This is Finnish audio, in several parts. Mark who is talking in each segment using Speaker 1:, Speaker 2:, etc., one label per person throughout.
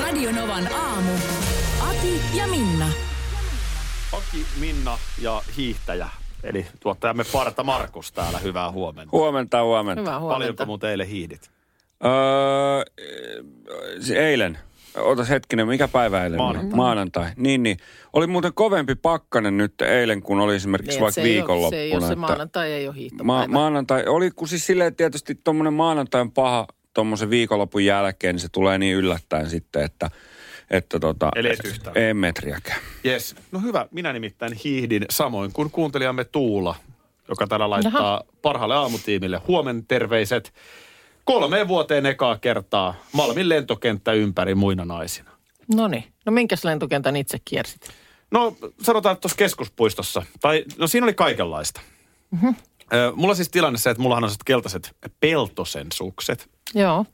Speaker 1: Radionovan aamu. Ati ja Minna.
Speaker 2: Aki, Minna ja hiihtäjä. Eli tuottajamme Parta Markus täällä. Hyvää huomenta.
Speaker 3: Huomenta, huomenta.
Speaker 4: Hyvää
Speaker 2: Paljonko
Speaker 4: huomenta. Niin,
Speaker 2: muuten eilen hiihdit?
Speaker 3: Öö, e- eilen. Otas hetkinen, mikä päivä eilen? oli?
Speaker 2: Maanantai.
Speaker 3: Maanantai. Niin, niin. Oli muuten kovempi pakkanen nyt eilen, kun oli esimerkiksi
Speaker 4: Niin, et
Speaker 3: vaikka
Speaker 4: se ei ole-
Speaker 3: viikonloppuna.
Speaker 4: Se ei ole se
Speaker 3: että
Speaker 4: maanantai, ei ole hiihtopäivä.
Speaker 3: ma- maanantai, oli kun siis silleen tietysti tuommoinen maanantai on paha tuommoisen viikonlopun jälkeen, niin se tulee niin yllättäen sitten, että, että tota,
Speaker 2: Eli et yhtään.
Speaker 3: ei metriäkään.
Speaker 2: Yes. No hyvä. Minä nimittäin hiihdin samoin kuin kuuntelijamme Tuula, joka täällä laittaa Aha. parhaalle aamutiimille huomen terveiset. Kolmeen vuoteen ekaa kertaa Malmin lentokenttä ympäri muina naisina.
Speaker 4: No niin. No minkäs lentokentän itse kiersit?
Speaker 2: No sanotaan, että tuossa keskuspuistossa. Tai, no siinä oli kaikenlaista. Mm-hmm. Mulla siis tilanne se, että mullahan on sellaiset keltaiset peltosen sukset.
Speaker 4: Joo.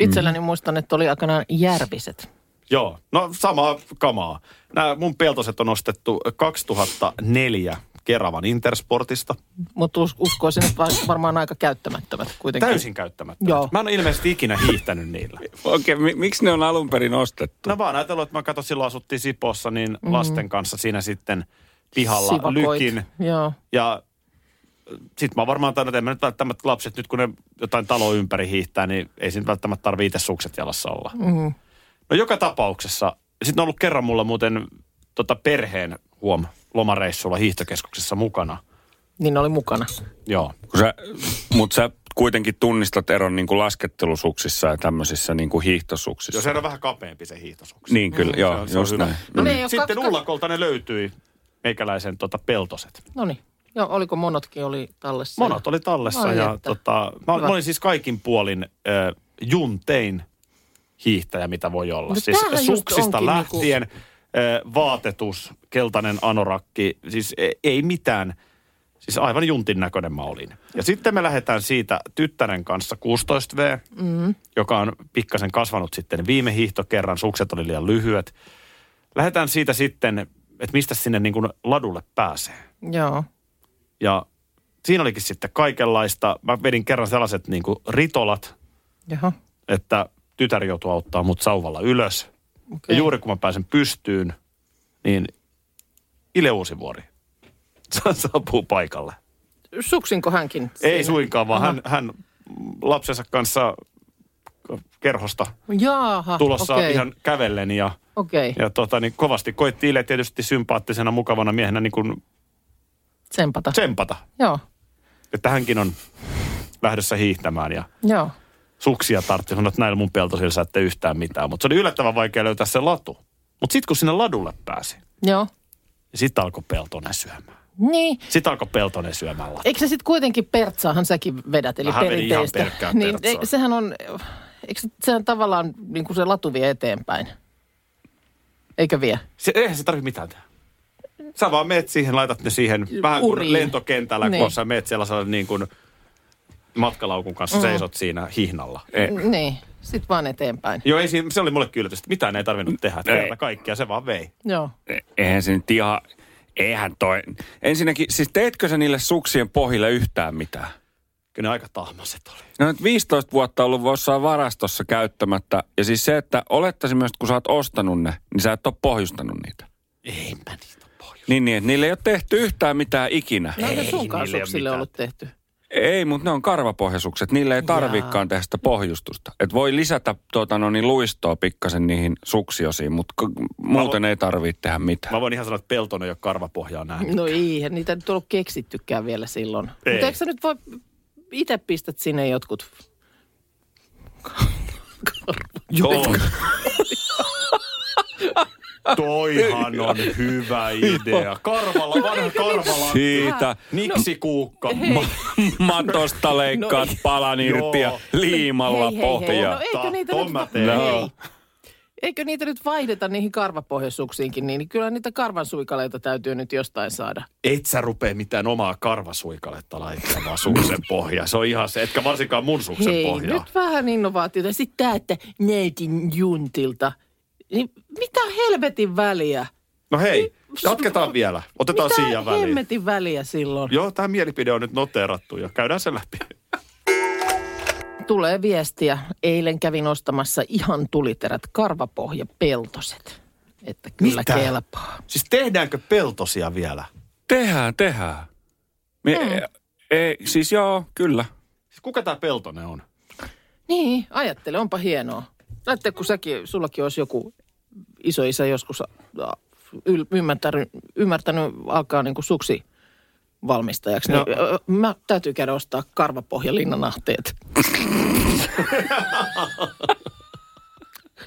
Speaker 4: Itselläni muistan, että oli aikanaan järviset.
Speaker 2: Joo, no samaa kamaa. Nämä mun peltoset on ostettu 2004 Keravan Intersportista.
Speaker 4: Mutta us- uskoisin, että var- varmaan aika käyttämättömät kuitenkin.
Speaker 2: Täysin käyttämättä.
Speaker 4: Joo.
Speaker 2: Mä en ole ilmeisesti ikinä hiihtänyt niillä.
Speaker 3: Okei, mi- miksi ne on alun perin ostettu?
Speaker 2: No vaan ajatellut, että mä katsoin, silloin asuttiin Sipossa, niin mm-hmm. lasten kanssa siinä sitten pihalla
Speaker 4: Mm. Sivakoit.
Speaker 2: lykin.
Speaker 4: Joo.
Speaker 2: Ja sit mä oon varmaan tainnut, että en mä nyt välttämättä lapset, nyt kun ne jotain taloa ympäri hiihtää, niin ei siinä välttämättä tarvii itse sukset jalassa olla.
Speaker 4: Mm.
Speaker 2: No joka tapauksessa. Sitten on ollut kerran mulla muuten tota perheen huom lomareissulla hiihtokeskuksessa mukana.
Speaker 4: Niin ne oli mukana.
Speaker 2: Joo.
Speaker 3: Kun sä, mut sä kuitenkin tunnistat eron niin kuin laskettelusuksissa ja tämmöisissä niin kuin hiihtosuksissa.
Speaker 2: Jos se on vähän kapeampi se hiihtosukset.
Speaker 3: Niin kyllä, mm, joo,
Speaker 2: se on, se on
Speaker 3: just
Speaker 2: hyvä.
Speaker 3: näin.
Speaker 2: No,
Speaker 4: No
Speaker 2: mm.
Speaker 4: ne ei oo
Speaker 2: Sitten
Speaker 4: kaksi-
Speaker 2: ullakolta ne löytyi meikäläisen tota, peltoset.
Speaker 4: No niin. Joo, oliko monotkin oli tallessa?
Speaker 2: Monot oli tallessa
Speaker 4: Ai
Speaker 2: ja
Speaker 4: että.
Speaker 2: tota, mä, mä
Speaker 4: Hyvä.
Speaker 2: olin siis kaikin puolin äh, juntein hiihtäjä, mitä voi olla.
Speaker 4: No
Speaker 2: siis
Speaker 4: tämähän just
Speaker 2: suksista
Speaker 4: onkin niinku-
Speaker 2: lähtien, äh, vaatetus, keltainen anorakki, siis e- ei mitään. Siis aivan juntin näköinen mä olin. Ja sitten me lähdetään siitä tyttären kanssa 16V, mm. joka on pikkasen kasvanut sitten viime hiihtokerran, sukset oli liian lyhyet. Lähdetään siitä sitten, että mistä sinne niin kuin ladulle pääsee.
Speaker 4: Joo.
Speaker 2: Ja siinä olikin sitten kaikenlaista. Mä vedin kerran sellaiset niin kuin ritolat,
Speaker 4: Jaha.
Speaker 2: että tytär joutui auttaa mut sauvalla ylös. Okay. Ja juuri kun mä pääsen pystyyn, niin Ile Uusivuori sa- saapuu paikalle.
Speaker 4: Suksinko hänkin?
Speaker 2: Ei suinkaan, vaan hän, hän lapsensa kanssa kerhosta
Speaker 4: Jaaha,
Speaker 2: tulossa okay.
Speaker 4: okei.
Speaker 2: ihan kävellen ja,
Speaker 4: Okei,
Speaker 2: ja tota, niin kovasti koitti Ile tietysti sympaattisena, mukavana miehenä niin kuin
Speaker 4: tsempata.
Speaker 2: tsempata,
Speaker 4: Joo,
Speaker 2: että hänkin on lähdössä hiihtämään ja
Speaker 4: joo.
Speaker 2: suksia tartti, sanoin, että näillä mun peltosilla sä ette yhtään mitään. Mutta se oli yllättävän vaikea löytää se latu. Mutta sitten kun sinne ladulle pääsi,
Speaker 4: Joo.
Speaker 2: niin sitten alkoi peltonen syömään.
Speaker 4: Niin.
Speaker 2: Sitten alkoi peltonen syömään latu.
Speaker 4: Eikö se sitten kuitenkin pertsaahan säkin vedät, eli
Speaker 2: Mähän vedin ihan
Speaker 4: perinteistä.
Speaker 2: pelkkää
Speaker 4: niin,
Speaker 2: pertsaa.
Speaker 4: ei, sehän on, eikö se, sehän tavallaan niin kuin se latu vie eteenpäin? Eikö vie?
Speaker 2: Se, eihän se tarvi mitään tehdä. Sä vaan meet siihen, laitat ne siihen vähän kuin
Speaker 4: Uriin.
Speaker 2: lentokentällä, kun
Speaker 4: Niin.
Speaker 2: sä meet sellaisella niin kuin matkalaukun kanssa, seisot siinä hihnalla.
Speaker 3: Ei.
Speaker 4: N- Niin, sitten vaan eteenpäin.
Speaker 2: Joo, ei, siinä- se oli mulle kyllä, että mitään ei tarvinnut tehdä.
Speaker 3: Ei.
Speaker 2: Kerta kaikkia se vaan vei.
Speaker 4: Joo.
Speaker 3: E- Eihän se nyt ihan, eihän toi. Ensinnäkin, siis teetkö sä niille suksien pohjille yhtään mitään?
Speaker 2: Kyllä ne aika tahmaset oli.
Speaker 3: No nyt 15 vuotta ollut jossain varastossa käyttämättä. Ja siis se, että olettaisin myös, että kun sä oot ostanut ne, niin sä et ole pohjustanut niitä.
Speaker 2: Ei mä niitä pohjus.
Speaker 3: Niin, niin että niille ei ole tehty yhtään mitään ikinä.
Speaker 4: No ei, sun
Speaker 2: niille ei ole
Speaker 4: kansuksille
Speaker 2: mitään.
Speaker 4: ollut tehty.
Speaker 3: Ei, mutta ne on karvapohjasukset. Niillä ei tarvikaan tehdä sitä pohjustusta. Et voi lisätä tuota, no niin, luistoa pikkasen niihin suksiosiin, mutta muuten ei tarvitse tehdä mitään.
Speaker 2: Mä voin ihan sanoa, että peltonen ei ole karvapohjaa nähnyt.
Speaker 4: No eihän niitä nyt ollut keksittykään vielä silloin.
Speaker 2: Ei.
Speaker 4: Mutta eikö sä nyt voi, itse pistät sinne jotkut
Speaker 2: Joo. Toihan on hyvä idea. Karvala, vanha karvala.
Speaker 4: No.
Speaker 3: Siitä
Speaker 2: Niksi kuukka.
Speaker 3: matosta leikkaat palan irti ja
Speaker 2: Joo.
Speaker 3: liimalla
Speaker 4: No Hei, hei, hei.
Speaker 3: pohjaa.
Speaker 4: No eikö niitä
Speaker 2: Ton
Speaker 4: nyt...
Speaker 2: mä teen.
Speaker 4: Hei. Eikö niitä nyt vaihdeta niihin karvapohjasuksiinkin, niin kyllä niitä karvan suikaleita täytyy nyt jostain saada.
Speaker 2: Et sä rupee mitään omaa karvasuikaletta laittamaan suksen pohjaan. Se on ihan se, etkä varsinkaan mun suksen
Speaker 4: Hei,
Speaker 2: pohjaa.
Speaker 4: nyt vähän innovaatiota. Sitten tämä, että näytin juntilta. Niin mitä helvetin väliä?
Speaker 2: No hei, jatketaan vielä. Otetaan
Speaker 4: mitä
Speaker 2: Siian väliin.
Speaker 4: hemmetin väliä silloin?
Speaker 2: Joo, tämä mielipide on nyt noteerattu ja käydään se läpi.
Speaker 4: Tulee viestiä. Eilen kävin ostamassa ihan tuliterät karvapohjapeltoset. Että kyllä
Speaker 2: Mitä?
Speaker 4: kelpaa.
Speaker 2: Siis tehdäänkö peltosia vielä?
Speaker 3: Tehdään, tehdään. Me,
Speaker 4: Mm.
Speaker 3: ei, siis joo, kyllä.
Speaker 2: Siis kuka tämä peltonen on?
Speaker 4: Niin, ajattele, onpa hienoa. Lähtee, kun säkin, sullakin olisi joku isoisä joskus a- yl- ymmärtänyt, ymmärtänyt alkaa niin kuin suksi valmistajaksi. No.
Speaker 2: No.
Speaker 4: Niin, ö, mä täytyy käydä ostaa karvapohjalinnanahteet.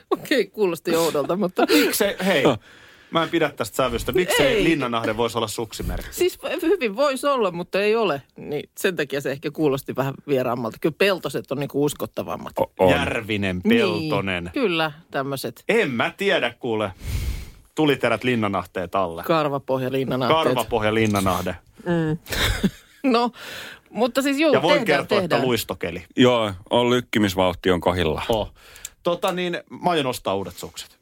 Speaker 4: Okei, kuulosti oudolta, mutta
Speaker 2: Miksei, hei, mä en pidä tästä sävystä. Miksei
Speaker 4: Äh. Ei.
Speaker 2: Linnanahde voisi olla suksimerkki?
Speaker 4: siis hyvin voisi olla, mutta ei ole. Niin sen takia se ehkä kuulosti vähän vieraammalta. Kyllä peltoset on niinku uskottavammat.
Speaker 3: O- on.
Speaker 2: Järvinen, Peltonen.
Speaker 4: Niin, kyllä, tämmöiset
Speaker 2: En mä tiedä, kuule. Tuliterät linnanahteet alle.
Speaker 4: karvapohjalinnanahteet.
Speaker 2: Karvapohja linnanahde.
Speaker 4: No, mutta siis juu,
Speaker 2: Ja voin
Speaker 4: tehdään,
Speaker 2: kertoa,
Speaker 4: tehdään.
Speaker 2: että luistokeli.
Speaker 3: Joo, on lykkimisvauhti on kohilla.
Speaker 2: Oh. Tota niin, mä aion ostaa uudet sukset.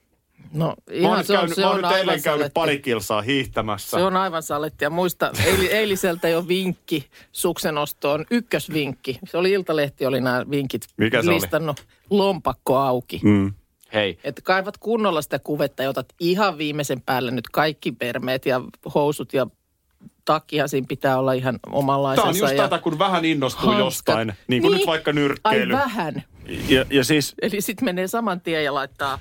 Speaker 4: No,
Speaker 2: Mä oon
Speaker 4: ihan
Speaker 2: nyt
Speaker 4: se on,
Speaker 2: käynyt,
Speaker 4: se
Speaker 2: mä oon
Speaker 4: on
Speaker 2: nyt
Speaker 4: aivan
Speaker 2: eilen
Speaker 4: saletti.
Speaker 2: käynyt pari kilsaa hiihtämässä.
Speaker 4: Se on aivan saletti. Ja muista, eil, eiliseltä jo vinkki suksenostoon, ykkösvinkki. Se oli Iltalehti, oli nämä vinkit
Speaker 2: Mikä se oli?
Speaker 4: listannut. Oli? Lompakko auki.
Speaker 3: Mm.
Speaker 2: Hei.
Speaker 4: Että kaivat kunnolla sitä kuvetta ja otat ihan viimeisen päälle nyt kaikki permeet ja housut ja takia siinä pitää olla ihan omanlaisensa.
Speaker 2: Tämä on just
Speaker 4: ja
Speaker 2: tätä, kun vähän innostuu
Speaker 4: hanskat.
Speaker 2: jostain. Niin kuin nyt vaikka nyrkkeily.
Speaker 4: Ai vähän.
Speaker 3: Ja, ja siis
Speaker 4: Eli sitten menee saman tien ja laittaa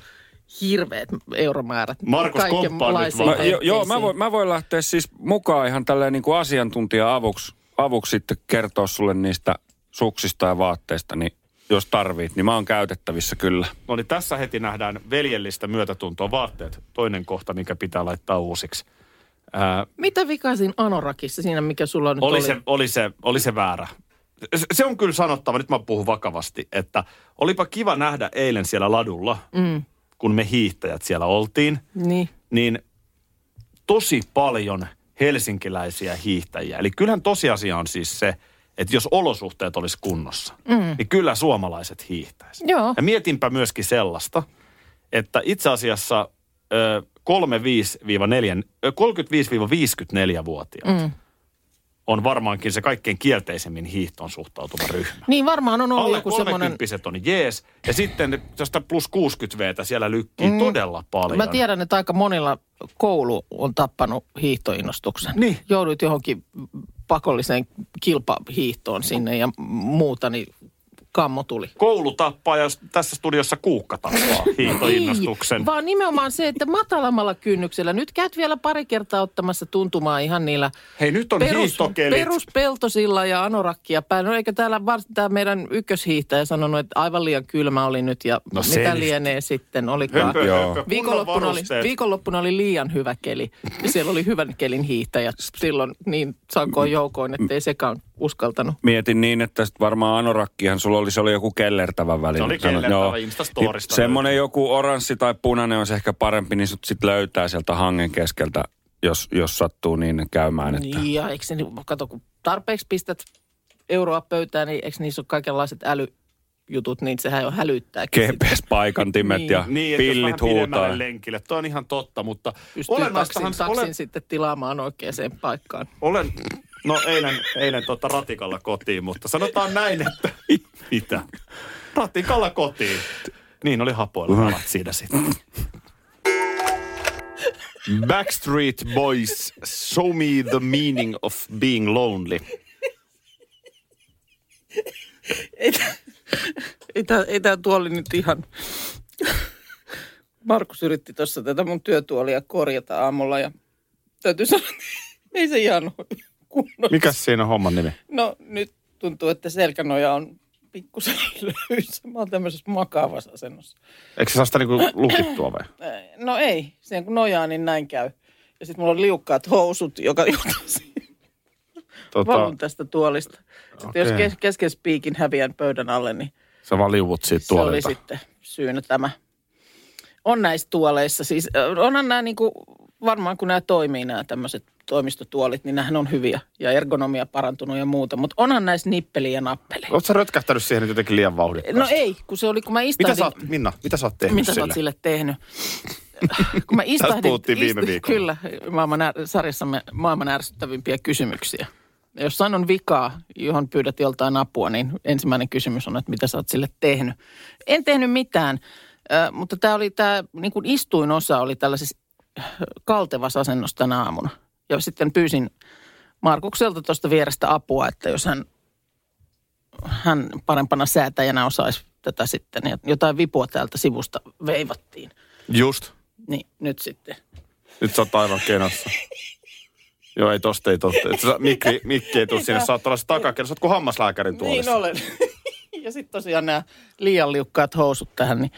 Speaker 4: hirveät euromäärät.
Speaker 2: Markus, komppaa nyt vaan.
Speaker 3: Mä,
Speaker 4: kaikenlaisiin
Speaker 3: jo, joo, mä
Speaker 4: hankkeisiin.
Speaker 3: voin, mä voin lähteä siis mukaan ihan tälleen niin kuin asiantuntija avuksi, avuksi sitten kertoa sulle niistä suksista ja vaatteista, niin jos tarvit, niin mä oon käytettävissä kyllä.
Speaker 2: No niin tässä heti nähdään veljellistä myötätuntoa vaatteet. Toinen kohta, mikä pitää laittaa uusiksi. Ää,
Speaker 4: Mitä vikaa siinä anorakissa, siinä mikä sulla nyt oli?
Speaker 2: oli, se, oli, se, oli se väärä. Se- Se on kyllä sanottava, nyt mä puhun vakavasti, että olipa kiva nähdä eilen siellä ladulla, mm. kun me hiihtäjät siellä oltiin,
Speaker 4: Niin.
Speaker 2: niin tosi paljon helsinkiläisiä hiihtäjiä. Eli kyllähän tosiasia on siis se, että jos olosuhteet olisi kunnossa, mm. niin kyllä suomalaiset hiihtäisi.
Speaker 4: Joo.
Speaker 2: Ja mietinpä myöskin sellaista, että itse asiassa ö, 35-4 ö, 35-54-vuotiaat mm. on varmaankin se kaikkein kielteisemmin hiihtoon suhtautuva ryhmä.
Speaker 4: Niin varmaan on ollut
Speaker 2: Alle
Speaker 4: joku semmoinen...
Speaker 2: 30 on jees, ja sitten tästä plus 60 veetä siellä lykkii mm. todella paljon.
Speaker 4: Mä tiedän, että aika monilla koulu on tappanut hiihtoinnostuksen.
Speaker 2: Niin.
Speaker 4: Joudut johonkin pakolliseen kilpahiihtoon sinne ja muuta, niin kammo tuli.
Speaker 2: Koulu tappaa ja tässä studiossa kuukka tappaa hiihtoinnostuksen.
Speaker 4: Ei, vaan nimenomaan se, että matalammalla kynnyksellä. Nyt käyt vielä pari kertaa ottamassa tuntumaa ihan niillä
Speaker 2: Hei, nyt on
Speaker 4: perus,
Speaker 2: hiihtokelit.
Speaker 4: peruspeltosilla ja anorakkia päällä. No eikö täällä var- tämä meidän ykköshiihtäjä sanonut, että aivan liian kylmä oli nyt ja
Speaker 2: No
Speaker 4: no
Speaker 2: se
Speaker 4: mitä
Speaker 2: nyt.
Speaker 4: lienee sitten, olikaan.
Speaker 2: Hömpö,
Speaker 3: Joo.
Speaker 2: hömpö, kunnon
Speaker 4: Viikonloppuna oli,
Speaker 2: varusteet.
Speaker 4: viikonloppuna oli liian hyvä keli. Ja siellä oli hyvän kelin hiihtäjät silloin niin sankoon joukoin, ettei sekään uskaltanut.
Speaker 3: Mietin niin, että sit varmaan anorakkihan sulla oli, se oli joku kellertävä väline.
Speaker 2: Se oli
Speaker 3: Sano-
Speaker 2: kellertävä,
Speaker 3: joo.
Speaker 2: Instastorista
Speaker 3: Niin Semmoinen joku oranssi tai punainen on ehkä parempi, niin sut sit löytää sieltä hangen keskeltä, jos, jos sattuu niin käymään. Että.
Speaker 4: Niin ja eikö se, niin, kato kun tarpeeksi pistät euroa pöytään, niin eikö niissä ole kaikenlaiset älyjutut, niin sehän jo hälyttääkin. sit.
Speaker 3: GPS-paikantimet ja
Speaker 2: Niin, että jos vähän
Speaker 3: pillit huutaa.
Speaker 2: pidemmälle lenkille. Tuo on ihan totta, mutta
Speaker 4: Pystyy
Speaker 2: olennaistahan...
Speaker 4: taksin, taksin
Speaker 2: olen-
Speaker 4: sitten tilaamaan oikeaan paikkaan.
Speaker 2: Olen, no eilen, eilen tota ratikalla kotiin, mutta sanotaan näin, että mitä? Ratikalla kotiin. Niin oli hapoilla rahat siinä sitten. Backstreet Boys, show me the meaning of being lonely.
Speaker 4: Ei, ei, tää, ei tää tuoli nyt ihan... Markus yritti tuossa tätä mun työtuolia korjata aamulla ja täytyy sanoa, että ei se ihan kunnolla.
Speaker 2: Mikäs siinä on homman nimi?
Speaker 4: No nyt tuntuu, että selkänoja on pikkusen löysä. Mä oon tämmöisessä makaavassa asennossa.
Speaker 2: Eikö se saa sitä niinku lukittua vai?
Speaker 4: Äh, No ei, sen kun nojaa, niin näin käy. Ja sitten mulla on liukkaat housut, joka johtaa siihen.
Speaker 2: Tota,
Speaker 4: Valun tästä tuolista. Sitten jos
Speaker 2: Okei.
Speaker 4: kes- kesken spiikin häviän pöydän alle, niin
Speaker 2: sä vaan liuut siitä
Speaker 4: Se oli
Speaker 2: tuolilta.
Speaker 4: sitten syynä tämä. On näissä tuoleissa, siis ö, onhan nämä niin kuin, varmaan kun nämä toimii nämä tämmöiset toimistotuolit, niin nämähän on hyviä ja ergonomia parantunut ja muuta, mutta onhan näissä nippeli ja nappeli.
Speaker 2: Oletko sä rötkähtänyt siihen nyt jotenkin liian vauhdikkaasti?
Speaker 4: No ei, kun se oli, kun mä
Speaker 2: Mitä
Speaker 4: istahdin,
Speaker 2: sä oot, Minna, mitä sä oot tehnyt
Speaker 4: mitä sä
Speaker 2: sille?
Speaker 4: oot sille tehnyt? kun mä istahdin,
Speaker 2: puhuttiin viime
Speaker 4: ist-
Speaker 2: viikolla.
Speaker 4: Kyllä, maailman är, sarjassamme maailman ärsyttävimpiä kysymyksiä. Ja Jos sanon vikaa, johon pyydät joltain apua, niin ensimmäinen kysymys on, että mitä sä oot sille tehnyt. En tehnyt mitään, ö, mutta tämä oli tämä niin kuin istuinosa oli tällaisessa ö, kaltevassa asennossa tänä aamuna. Ja sitten pyysin Markukselta tuosta vierestä apua, että jos hän, hän parempana säätäjänä osaisi tätä sitten. Ja jotain vipua täältä sivusta veivattiin.
Speaker 2: Just.
Speaker 4: Niin, nyt sitten.
Speaker 2: Nyt sä oot aivan kenassa. Joo, ei tosta, ei tosta. Et sä- Mikki, Mikki ei tule sinne. Sä oot olla takakelassa. Sä oot kuin hammaslääkärin tuolissa.
Speaker 4: Niin olen. ja sitten tosiaan nämä liian liukkaat housut tähän. Niin.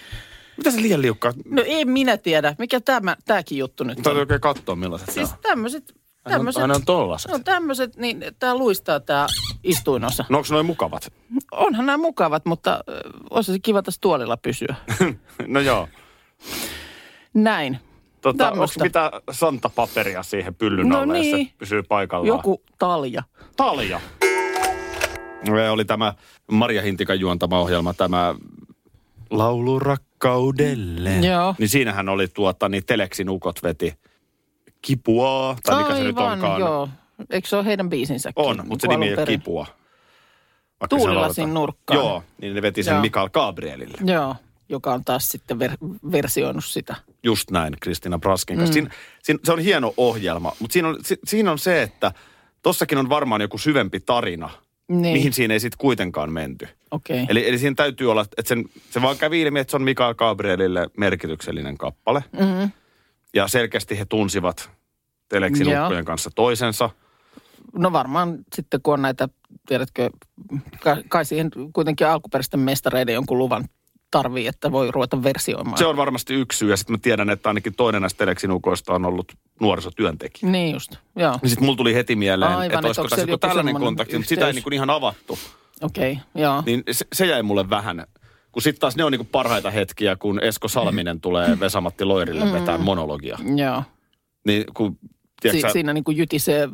Speaker 2: Mitä se liian liukkaa?
Speaker 4: No en minä tiedä, mikä tämä, tämäkin juttu nyt
Speaker 2: Täytyy
Speaker 4: on.
Speaker 2: oikein katsoa millaiset
Speaker 4: Siis
Speaker 2: se on.
Speaker 4: tämmöiset,
Speaker 2: Aina on.
Speaker 4: tämmöiset,
Speaker 2: Aina on tollaset.
Speaker 4: no tämmöiset, niin tämä luistaa tämä istuinosa.
Speaker 2: No onko noin mukavat?
Speaker 4: Onhan nämä mukavat, mutta ö, olisi se kiva tässä tuolilla pysyä.
Speaker 2: No joo.
Speaker 4: Näin.
Speaker 2: Tota, onko
Speaker 4: Tämmöstä.
Speaker 2: mitä santapaperia siihen pyllyn
Speaker 4: No
Speaker 2: alle, jos
Speaker 4: niin.
Speaker 2: se pysyy paikallaan?
Speaker 4: Joku talja.
Speaker 2: Talja. Ja Oli tämä Maria Hintikan juontama ohjelma, tämä Laulu rakkaudelle.
Speaker 4: Joo.
Speaker 2: Niin siinähän oli tuota, niin Teleksin ukot veti kipua, tai mikä se nyt onkaan.
Speaker 4: joo. Eikö se ole heidän biisinsäkin?
Speaker 2: On, mutta se
Speaker 4: Niin kuin
Speaker 2: nimi ei
Speaker 4: alun
Speaker 2: ole
Speaker 4: perin.
Speaker 2: kipua. Vaikka se
Speaker 4: Tuulilasin
Speaker 2: lauletaan.
Speaker 4: nurkkaan.
Speaker 2: Joo, niin ne veti sen
Speaker 4: Joo.
Speaker 2: Mikael Gabrielille.
Speaker 4: Joo, joka on taas sitten ver- versioinut sitä.
Speaker 2: Just näin, Kristina Praskin kanssa.
Speaker 4: Mm.
Speaker 2: Siinä, siinä, se on hieno ohjelma, mutta siinä on, si, siinä on se, että tossakin on varmaan joku syvempi tarina,
Speaker 4: Niin,
Speaker 2: mihin siinä ei sitten kuitenkaan menty.
Speaker 4: okei. Okay.
Speaker 2: Niin. Eli, eli siinä täytyy olla, että sen, se vaan kävi ilmi, että se on Mikael Gabrielille merkityksellinen kappale.
Speaker 4: Mm-hmm.
Speaker 2: Ja selkeästi he tunsivat Teleksin
Speaker 4: Joo.
Speaker 2: ukkojen kanssa toisensa.
Speaker 4: No varmaan sitten kun on näitä, tiedätkö, ka- kai siihen kuitenkin alkuperäisten mestareiden jonkun luvan tarvii, että voi ruveta versioimaan.
Speaker 2: Se on varmasti yksi syy. Ja sitten mä tiedän, että ainakin toinen näistä Teleksin ukoista on ollut nuorisotyöntekijä.
Speaker 4: Niin just, joo,
Speaker 2: Niin sitten mulla tuli heti mieleen,
Speaker 4: Aivan,
Speaker 2: että
Speaker 4: että
Speaker 2: olisiko
Speaker 4: onko
Speaker 2: tässä
Speaker 4: siellä
Speaker 2: joku
Speaker 4: joku
Speaker 2: tällainen
Speaker 4: semmoinen
Speaker 2: kontakti, mutta
Speaker 4: yhteys?
Speaker 2: sitä ei niin kuin ihan avattu.
Speaker 4: okei, joo.
Speaker 2: Niin se, se jäi mulle vähän. Kun sitten taas ne on niin kuin parhaita hetkiä, kun Esko Salminen tulee Vesamatti Loirille
Speaker 4: Mm.
Speaker 2: vetää monologia.
Speaker 4: Niin, joo.
Speaker 2: Niin kun,
Speaker 4: Si-
Speaker 2: tiedätkö, sä-
Speaker 4: Siinä niin kuin jytisee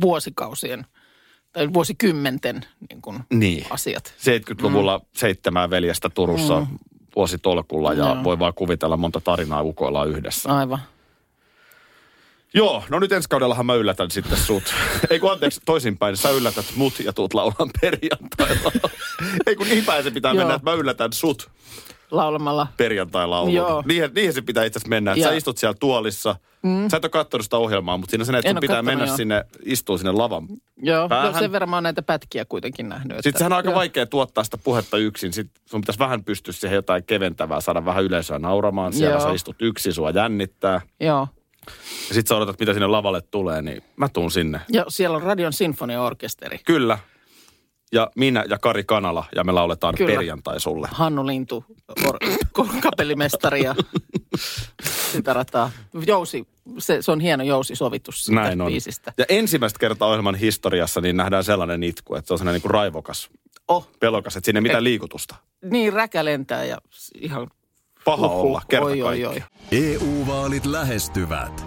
Speaker 4: vuosikausien tai vuosikymmenten niin kuin
Speaker 2: niin.
Speaker 4: asiat.
Speaker 2: 70-luvulla mm. seitsemän veljestä Turussa mm. vuositolkulla ja
Speaker 4: Joo.
Speaker 2: voi vaan kuvitella monta tarinaa ukoillaan yhdessä.
Speaker 4: Aivan.
Speaker 2: Joo, no nyt ensi kaudellahan mä yllätän sitten sut. Ei kun anteeksi, toisinpäin. Sä yllätät mut ja tuut laulan perjantailla. Ei kun niin päin se pitää Joo.
Speaker 4: Joo.
Speaker 2: mennä, että mä yllätän sut
Speaker 4: Laulamalla
Speaker 2: perjantai-laulun.
Speaker 4: Joo.
Speaker 2: Niihin, niihin se pitää itse asiassa mennä. että Sä
Speaker 4: Joo.
Speaker 2: istut siellä tuolissa. Mm. Sä et ole kattonut sitä ohjelmaa, mutta siinä sen, että
Speaker 4: En
Speaker 2: sun
Speaker 4: oo
Speaker 2: pitää
Speaker 4: kattonut,
Speaker 2: mennä
Speaker 4: joo.
Speaker 2: sinne, istua sinne lavan.
Speaker 4: Joo,
Speaker 2: Päähän.
Speaker 4: no sen verran mä oon näitä pätkiä kuitenkin nähnyt. että-
Speaker 2: Sitten sehän on aika
Speaker 4: Joo.
Speaker 2: vaikea tuottaa sitä puhetta yksin. Sitten sun pitäisi vähän pystyä siihen jotain keventävää, saada vähän yleisöä nauramaan. Siellä
Speaker 4: Joo.
Speaker 2: sä istut yksin, sua jännittää.
Speaker 4: Joo.
Speaker 2: Ja sit sä odotat, mitä sinne lavalle tulee, niin mä tuun sinne.
Speaker 4: Ja siellä on Radion Sinfoniaorkesteri.
Speaker 2: Kyllä. Ja minä ja Kari Kanala, ja me lauletaan Kyllä.
Speaker 4: Kyllä.
Speaker 2: perjantai sulle.
Speaker 4: Hannu Lintu, or, ko- kapellimestari ja sitä rataa. Jousi, se, se on hieno jousisovitus siitä
Speaker 2: Näin on.
Speaker 4: biisistä.
Speaker 2: Ja ensimmäistä kertaa ohjelman historiassa niin nähdään sellainen itku, että se on sellainen niin kuin raivokas,
Speaker 4: Oh,
Speaker 2: pelokas, että siinä ei mitään liikutusta.
Speaker 4: niin räkä lentää ja s- ihan...
Speaker 2: Paha
Speaker 4: Huhhuh,
Speaker 2: olla, kerta
Speaker 4: oi, oi,
Speaker 2: kaikki.
Speaker 4: oi.
Speaker 5: EU-vaalit E lähestyvät.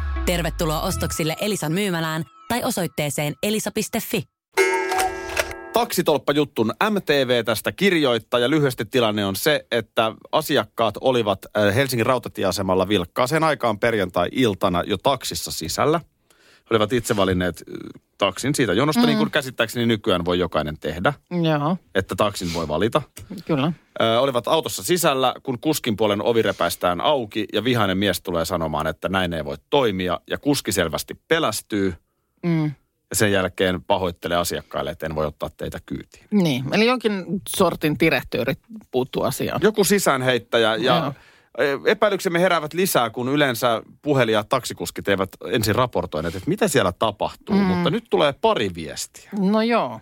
Speaker 1: Tervetuloa ostoksille Elisan myymälään tai osoitteeseen elisa.fi.
Speaker 2: Taksitolppajutun MTV tästä kirjoittaa ja lyhyesti tilanne on se, että asiakkaat olivat äh, Helsingin rautatieasemalla vilkkaaseen aikaan perjantai-iltana jo taksissa sisällä. He olivat itse valinneet äh, taksin siitä jonosta, mm. niin kuin käsittääkseni nykyään voi jokainen tehdä,
Speaker 4: Joo,
Speaker 2: että taksin voi valita.
Speaker 4: kyllä.
Speaker 2: Ö, olivat autossa sisällä, kun kuskin puolen ovi repäistään auki ja vihainen mies tulee sanomaan, että näin ei voi toimia. Ja kuski selvästi pelästyy
Speaker 4: Mm.
Speaker 2: ja sen jälkeen pahoittelee asiakkaille, että en voi ottaa teitä kyytiin.
Speaker 4: Niin, eli jonkin sortin tirehtöörit puuttuu asiaan.
Speaker 2: Joku sisäänheittäjä ja
Speaker 4: Joo.
Speaker 2: ö, epäilyksemme heräävät lisää, kun yleensä puhelijat ja taksikuskit eivät ensin raportoineet, että mitä siellä tapahtuu. Mm. Mutta nyt tulee pari viestiä.
Speaker 4: No joo.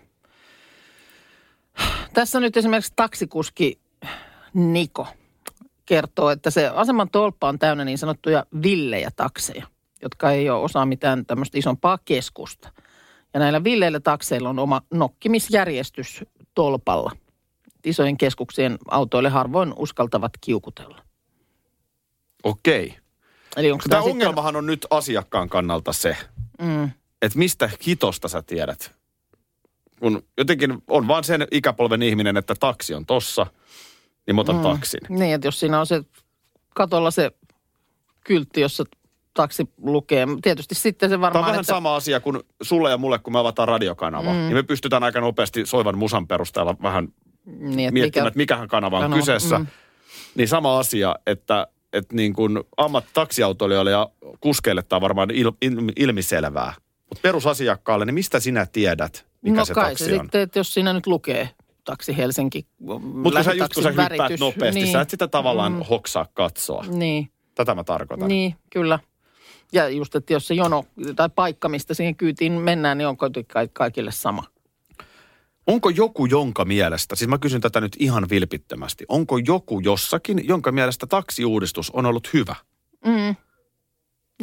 Speaker 4: Tässä nyt esimerkiksi taksikuski Niko kertoo, että se aseman tolppa on täynnä niin sanottuja villejä takseja, jotka ei ole osaa mitään tämmöistä isompaa keskusta. Ja näillä villeillä takseilla on oma nokkimisjärjestys tolpalla. Isojen keskuksien autoille harvoin uskaltavat kiukutella.
Speaker 2: Okei. Okay.
Speaker 4: Eli onko
Speaker 2: Tämä
Speaker 4: tää sitten-
Speaker 2: ongelmahan on nyt asiakkaan kannalta se,
Speaker 4: Mm,
Speaker 2: että mistä hitosta sä tiedät? Kun jotenkin on vaan sen ikäpolven ihminen, että taksi on tossa, niin mä otan mm. taksin.
Speaker 4: niin, että jos siinä on se katolla se kyltti, jossa taksi lukee. Tietysti sitten se
Speaker 2: Tämä on
Speaker 4: varmaan,
Speaker 2: vähän
Speaker 4: että
Speaker 2: sama asia kuin sulle ja mulle, kun me avataan radiokanava. Mm. Niin me pystytään aika nopeasti soivan musan perusteella vähän
Speaker 4: Niin, että
Speaker 2: miettimään,
Speaker 4: mikä,
Speaker 2: että mikähän kanava on
Speaker 4: kanava,
Speaker 2: kyseessä. Mm.
Speaker 4: mm.
Speaker 2: Niin sama asia, että, että niin kuin ammat taksiautoilijoille ja kuskeille tämä on varmaan il, il, ilmiselvää. Mutta perusasiakkaalle, niin mistä sinä tiedät, mikä
Speaker 4: no
Speaker 2: se
Speaker 4: kai
Speaker 2: taksi
Speaker 4: se
Speaker 2: on?
Speaker 4: sitten, että jos siinä nyt lukee taksi Helsinki,
Speaker 2: Mutta kun sä just kun
Speaker 4: lähitaksin
Speaker 2: sä hyppäät
Speaker 4: väritys,
Speaker 2: nopeasti, niin.
Speaker 4: niin,
Speaker 2: sä et sitä tavallaan mm. hoksaa katsoa.
Speaker 4: Niin,
Speaker 2: Tätä mä tarkoitan. Niin.
Speaker 4: niin, kyllä. Ja just, että jos se jono tai paikka, mistä siihen kyytiin mennään, niin on kuitenkin ka- kaikille sama.
Speaker 2: Onko joku, jonka mielestä, siis mä kysyn tätä nyt ihan vilpittömästi, onko joku jossakin, jonka mielestä taksiuudistus on ollut hyvä?
Speaker 4: Mm.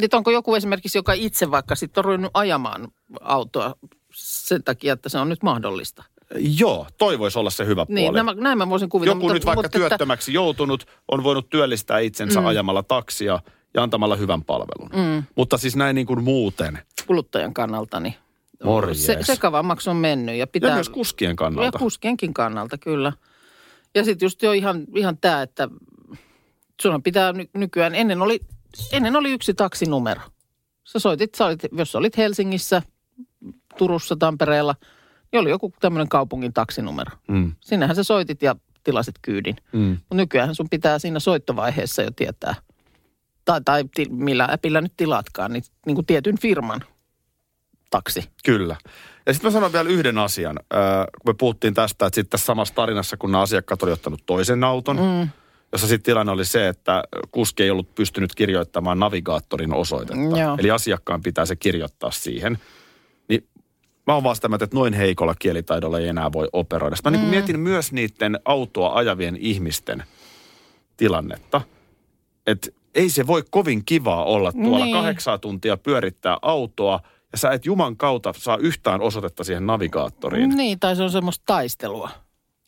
Speaker 4: Nyt onko joku esimerkiksi, joka itse vaikka sitten on ruvennut ajamaan autoa sen takia, että se on nyt mahdollista.
Speaker 2: Joo, toi voisi olla se hyvä
Speaker 4: Niin,
Speaker 2: puoli.
Speaker 4: nämä, näin mä voisin kuvitella.
Speaker 2: joku nyt vaikka
Speaker 4: että-
Speaker 2: työttömäksi joutunut on voinut työllistää itsensä mm. ajamalla taksia ja antamalla hyvän palvelun. Mm. Mutta siis näin niin kuin muuten.
Speaker 4: kuluttajan kannalta, niin
Speaker 2: Morjes.
Speaker 4: se, sekavammaksi on mennyt. Ja,
Speaker 2: Ja
Speaker 4: pitää,
Speaker 2: myös kuskien kannalta.
Speaker 4: Ja kuskienkin kannalta, kyllä. Ja sitten just jo ihan, ihan tämä, että sunhan pitää ny- nykyään, ennen oli, ennen oli yksi taksinumero. Sä soitit, sä olit, jos sä olit Helsingissä, Turussa, Tampereella, niin oli joku tämmöinen kaupungin taksinumero.
Speaker 2: Mm.
Speaker 4: Sinnehän sä soitit ja tilasit kyydin.
Speaker 2: Mm.
Speaker 4: Mutta nykyään sun pitää siinä soittovaiheessa jo tietää, tai, tai ti, millä äpillä nyt tilatkaan, niin, niin kuin tietyn firman taksi.
Speaker 2: Kyllä. Ja sitten mä sanon vielä yhden asian. Öö, kun me puhuttiin tästä, että sitten tässä samassa tarinassa, kun nämä asiakkaat oli ottanut toisen auton, mm. jossa sitten tilanne oli se, että kuski ei ollut pystynyt kirjoittamaan navigaattorin osoitetta.
Speaker 4: Joo.
Speaker 2: Eli asiakkaan pitää se kirjoittaa siihen. Niin mä oon vaan sitä mieltä, että noin heikolla kielitaidolla ei enää voi operoida. Sitten mä mm. niin mietin myös niiden autoa ajavien ihmisten tilannetta. Että ei se voi kovin kivaa olla tuolla
Speaker 4: Niin.
Speaker 2: niin. kahdeksaa tuntia pyörittää autoa ja sä et juman kautta saa yhtään osoitetta siihen navigaattoriin. Mm.
Speaker 4: Niin, tai se on semmoista taistelua.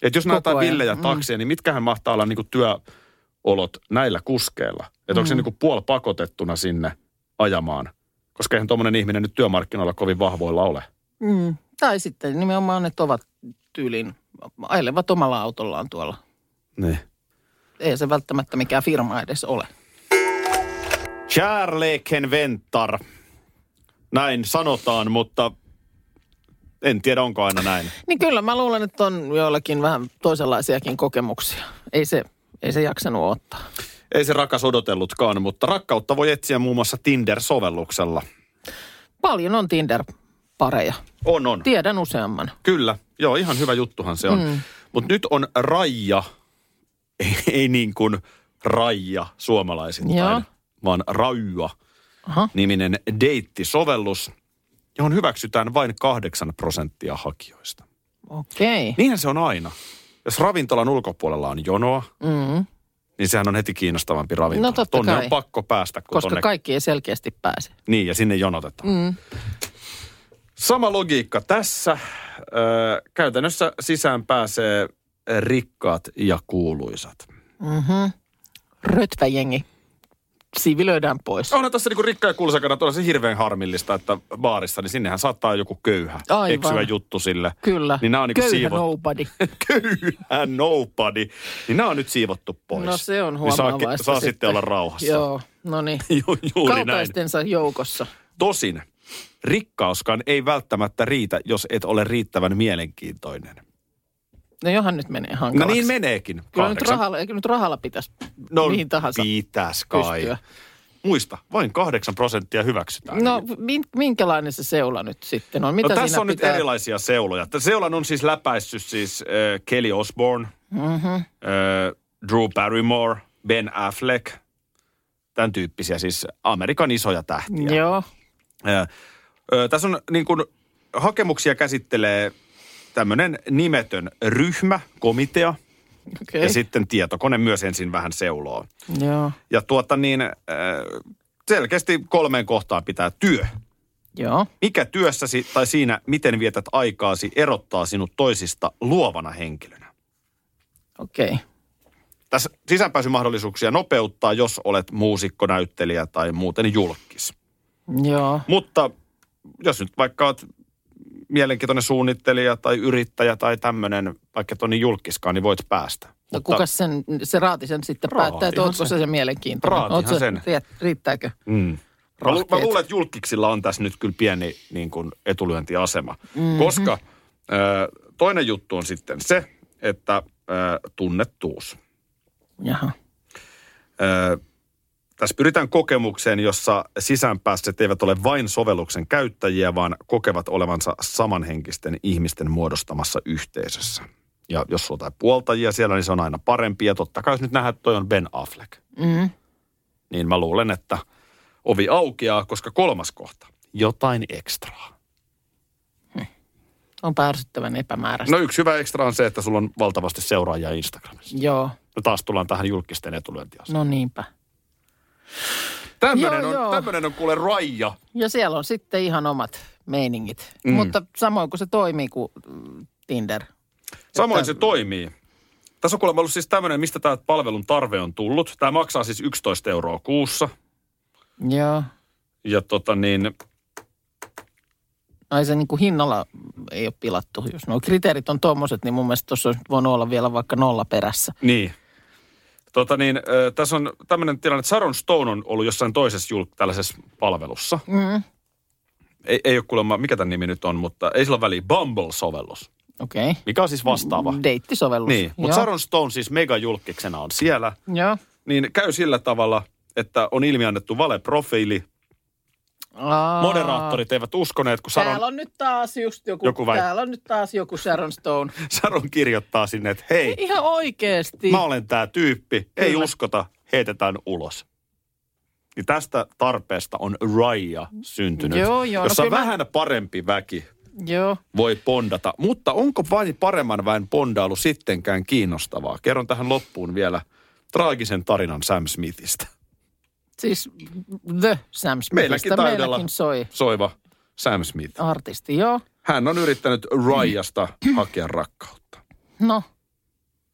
Speaker 2: Et jos näitä
Speaker 4: ajan.
Speaker 2: Ville ja takseja, niin mitkähän mahtaa olla niinku työolot näillä kuskeilla? Että onko se niinku puol pakotettuna sinne ajamaan? Koska eihän tuommoinen ihminen nyt työmarkkinoilla kovin vahvoilla ole.
Speaker 4: Mm. Tai sitten nimenomaan ne ovat tyylin, ailevat omalla autollaan tuolla.
Speaker 2: Niin.
Speaker 4: Ei se välttämättä mikään firma edes ole.
Speaker 2: Charleken Ventar. Näin sanotaan, mutta en tiedä onko aina näin.
Speaker 4: Niin kyllä, mä luulen, että on joillakin vähän toisenlaisiakin kokemuksia. Ei se, ei se jaksanut ottaa.
Speaker 2: Ei se rakas odotellutkaan, mutta rakkautta voi etsiä muun muassa Tinder-sovelluksella.
Speaker 4: Paljon on Tinder-pareja.
Speaker 2: On, on.
Speaker 4: Tiedän useamman.
Speaker 2: Kyllä. Joo, ihan hyvä juttuhan se on. Mm. Mutta nyt on Raija, ei, ei niin kuin Raija suomalaisittain,
Speaker 4: Joo.
Speaker 2: vaan Raija
Speaker 4: Aha.
Speaker 2: niminen deittisovellus, johon hyväksytään vain 8 prosenttia hakijoista.
Speaker 4: Okei.
Speaker 2: Niinhän se on aina. Jos ravintolan ulkopuolella on jonoa,
Speaker 4: Mm.
Speaker 2: niin sehän on heti kiinnostavampi ravintola.
Speaker 4: No totta
Speaker 2: Tonne
Speaker 4: kai.
Speaker 2: on pakko päästä, kun
Speaker 4: Koska
Speaker 2: tonne...
Speaker 4: kaikki ei selkeästi pääse.
Speaker 2: Niin, ja sinne jonotetaan. Mm. Sama logiikka tässä. Ö, käytännössä sisään pääsee rikkaat ja kuuluisat.
Speaker 4: Rötväjengi. Siivilöidään pois.
Speaker 2: Onhan tässä niinku rikka ja kuuluisakana todella se hirveän harmillista, että baarissa, niin sinnehän saattaa joku köyhä
Speaker 4: Aivan.
Speaker 2: eksyä juttu sille.
Speaker 4: Kyllä.
Speaker 2: Niin nää on niinku
Speaker 4: Köyhä
Speaker 2: siivot-
Speaker 4: nobody.
Speaker 2: köyhä nobody, niin nämä on nyt siivottu pois.
Speaker 4: No se on
Speaker 2: niin saa,
Speaker 4: huomaavaista
Speaker 2: saa sitten. olla rauhassa.
Speaker 4: Joo, no niin.
Speaker 2: Ju, juuri näin.
Speaker 4: Kaukaistensa joukossa.
Speaker 2: Tosin, rikkauskaan ei välttämättä riitä, jos et ole riittävän mielenkiintoinen.
Speaker 4: No johan nyt menee
Speaker 2: No
Speaker 4: hankalaksi.
Speaker 2: niin meneekin.
Speaker 4: Kyllä nyt
Speaker 2: Kahdeksan-
Speaker 4: rahalla, eikö nyt rahalla pitäisi
Speaker 2: no,
Speaker 4: mihin tahansa
Speaker 2: pitäis kai.
Speaker 4: pystyä?
Speaker 2: Muista, vain 8 prosenttia hyväksytään.
Speaker 4: No min- minkälainen se seula nyt sitten on? Mitä
Speaker 2: no
Speaker 4: siinä
Speaker 2: tässä on
Speaker 4: pitää?
Speaker 2: nyt erilaisia seuloja. Tä- Seulan on siis läpäissyt siis äh, Kelly Osbourne,
Speaker 4: Mm-hmm.
Speaker 2: äh, Drew Barrymore, Ben Affleck, tämän tyyppisiä siis Amerikan isoja tähtiä.
Speaker 4: Joo,
Speaker 2: Ö, ö, Tässä on niin kuin, hakemuksia käsittelee tämmöinen nimetön ryhmä, komitea
Speaker 4: okei.
Speaker 2: ja
Speaker 4: Okay.
Speaker 2: sitten tietokone myös ensin vähän seuloo.
Speaker 4: Joo,
Speaker 2: Ja tuota niin, ö, selkeästi kolmeen kohtaan pitää työ.
Speaker 4: joo.
Speaker 2: Mikä työssäsi tai siinä, miten vietät aikaasi, erottaa sinut toisista luovana henkilönä?
Speaker 4: Okei. Okay.
Speaker 2: Tässä sisäänpääsymahdollisuuksia nopeuttaa, jos olet muusikko, näyttelijä tai muuten julkis.
Speaker 4: Joo.
Speaker 2: Mutta jos nyt vaikka oot mielenkiintoinen suunnittelija tai yrittäjä tai tämmöinen, vaikka tonni julkiskaan, niin voit päästä.
Speaker 4: No
Speaker 2: Mutta-
Speaker 4: kuka sen, se raati sen sitten
Speaker 2: Raatihan
Speaker 4: päättää, että ootko
Speaker 2: se.
Speaker 4: se sen mielenkiintoinen?
Speaker 2: Raatihan
Speaker 4: Ootko
Speaker 2: sen.
Speaker 4: riet- Riittääkö?
Speaker 2: Mm. Mä, lu- mä
Speaker 4: Rohkeet.
Speaker 2: luulen, että julkiksilla on tässä nyt kyllä pieni niin kuin etulyöntiasema, mm-hmm. koska ö, toinen juttu on sitten se, että ö, tunnettuus.
Speaker 4: Jaha.
Speaker 2: Ö, tässä pyritään kokemukseen, jossa sisäänpäässet eivät ole vain sovelluksen käyttäjiä, vaan kokevat olevansa samanhenkisten ihmisten muodostamassa yhteisössä. Ja jos sulla on jotain puoltajia siellä, niin se on aina parempi. Ja totta kai jos nyt nähdään, että toi on Ben Affleck,
Speaker 4: Mm.
Speaker 2: niin mä luulen, että ovi aukeaa, koska kolmas kohta. Jotain ekstraa.
Speaker 4: On pärsyttävän epämääräistä.
Speaker 2: No yksi hyvä ekstra on se, että sulla on valtavasti seuraajia Instagramissa.
Speaker 4: Joo,
Speaker 2: No taas tullaan tähän julkisten etulyöntiasiaan.
Speaker 4: no niinpä.
Speaker 2: Tämmöinen
Speaker 4: Joo,
Speaker 2: on,
Speaker 4: joo.
Speaker 2: tämmönen on kuule raija.
Speaker 4: Ja siellä on sitten ihan omat meiningit. Mm. Mutta samoin kuin se toimii kuin mm, Tinder.
Speaker 2: Samoin
Speaker 4: Että-
Speaker 2: se toimii. Tässä on kuulemma ollut siis tämmöinen, mistä tämä palvelun tarve on tullut. Tämä maksaa siis 11 euroa kuussa.
Speaker 4: Joo.
Speaker 2: Ja tota niin,
Speaker 4: Ai se niin kuin hinnalla ei ole pilattu. Jos nuo kriteerit on tuommoiset, niin mun mielestä tuossa olisi voinut olla vielä vaikka nolla perässä.
Speaker 2: niin. Tota niin, ö, tässä on tämmöinen tilanne, että Sharon Stone on ollut jossain toisessa julk- tällaisessa palvelussa.
Speaker 4: Mm.
Speaker 2: Ei, ei ole kuulemma, mikä tämän nimi nyt on, mutta ei sillä ole väliä. Bumble-sovellus,
Speaker 4: Okei. Okay.
Speaker 2: mikä on siis vastaava.
Speaker 4: Deittisovellus.
Speaker 2: Niin, mutta
Speaker 4: Mm, Joo.
Speaker 2: Sharon Stone siis megajulkiksena on siellä.
Speaker 4: Joo.
Speaker 2: Niin käy sillä tavalla, että on ilmiannettu valeprofiili.
Speaker 4: Aa,
Speaker 2: Moderaattorit eivät uskoneet, kun Sharon,
Speaker 4: Täällä on nyt taas just joku,
Speaker 2: Joku
Speaker 4: joku
Speaker 2: vai-
Speaker 4: täällä on nyt taas joku Sharon Stone.
Speaker 2: Sharon kirjoittaa sinne, että hei,
Speaker 4: Ihan oikeesti.
Speaker 2: Mä olen tämä tyyppi, ei
Speaker 4: Kyllä.
Speaker 2: uskota, heitetään ulos. Niin tästä tarpeesta on Raija syntynyt,
Speaker 4: Joo, joo, no
Speaker 2: jossa
Speaker 4: kyllä mä-
Speaker 2: vähän parempi väki
Speaker 4: Joo.
Speaker 2: voi pondata. Mutta onko vain paremman väen pondailu sittenkään kiinnostavaa? Kerron tähän loppuun vielä traagisen tarinan Sam Smithistä.
Speaker 4: Siis The Sam Smithistä.
Speaker 2: Meilläkin taidella
Speaker 4: Meilläkin soi
Speaker 2: soiva Sam Smith.
Speaker 4: artisti, joo.
Speaker 2: Hän on yrittänyt Raijasta hakea rakkautta.
Speaker 4: No,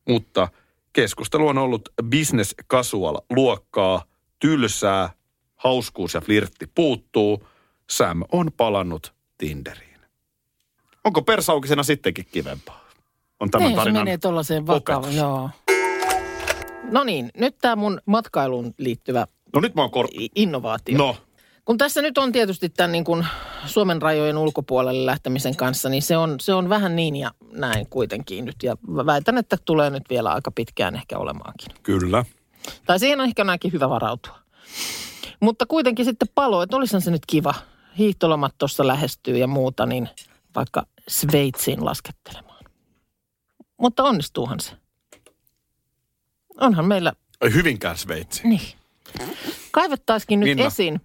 Speaker 2: mutta keskustelu on ollut business casual luokkaa, tylsää, hauskuus ja flirtti puuttuu. Sam on palannut Tinderiin. Onko persaukisena sittenkin kivempaa? On tämän
Speaker 4: Ei, jos
Speaker 2: tarinan.
Speaker 4: menee tuollaiseen vakavaan,
Speaker 2: opetus.
Speaker 4: joo. No niin, nyt tämä mun matkailuun liittyvä
Speaker 2: No nyt mä oon kor...
Speaker 4: i- innovaatio.
Speaker 2: No,
Speaker 4: Kun tässä nyt on tietysti tämän niin kuin Suomen rajojen ulkopuolelle lähtemisen kanssa, niin se on, se on vähän niin ja näin kuitenkin nyt. Ja mä väitän, että tulee nyt vielä aika pitkään ehkä olemaankin.
Speaker 2: kyllä.
Speaker 4: Tai siihen on ehkä näinkin hyvä varautua. Mutta kuitenkin sitten palo, että olisihan se nyt kiva. Hiihtolomat tuossa lähestyy ja muuta, niin vaikka Sveitsiin laskettelemaan. Mutta onnistuuhan se. Onhan meillä,
Speaker 2: Ai, Hyvinkään Sveitsi.
Speaker 4: niin. Kaivettaisikin nyt
Speaker 2: Minna.
Speaker 4: esiin.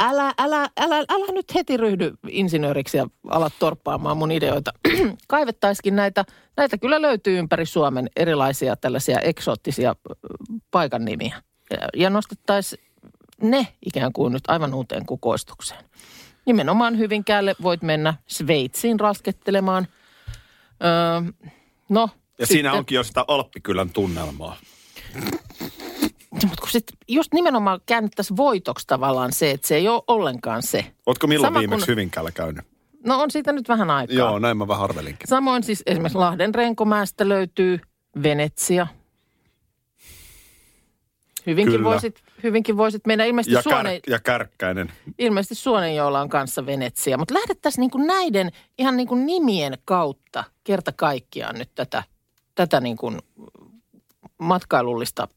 Speaker 4: Älä, älä, älä, älä nyt heti ryhdy insinööriksi ja ala torppaamaan mun ideoita. Kaivettaisikin näitä, näitä kyllä löytyy ympäri Suomen erilaisia tällaisia eksoottisia ö, paikan nimiä. Ja- Ja nostettaisiin ne ikään kuin nyt aivan uuteen kukoistukseen. Nimenomaan Hyvinkäälle voit mennä Sveitsiin raskettelemaan. Öö, no,
Speaker 2: Ja
Speaker 4: Sitten-
Speaker 2: siinä onkin jo sitä Alppikylän tunnelmaa.
Speaker 4: Mutta kun sit just nimenomaan käännettäisiin voitoksi tavallaan se, että se ei ole ollenkaan se.
Speaker 2: Ootko milloin
Speaker 4: Sama
Speaker 2: viimeksi
Speaker 4: kun-
Speaker 2: Hyvinkäällä käynyt?
Speaker 4: No on siitä nyt vähän aikaa.
Speaker 2: Joo, näin mä vähän harvelinkin.
Speaker 4: Samoin siis esimerkiksi Lahden renkomäestä löytyy Venetsia. Hyvinkin
Speaker 2: Kyllä.
Speaker 4: voisit, hyvinkin voisit mennä. Ilmeisesti,
Speaker 2: Ja, kär,
Speaker 4: Suone,
Speaker 2: ja kärkkäinen.
Speaker 4: ilmeisesti Suonenjoella on kanssa Venetsia. Mutta lähdettäisiin niin kuin näiden ihan niin kuin nimien kautta kerta kaikkiaan nyt tätä, tätä niin kuin matkailullista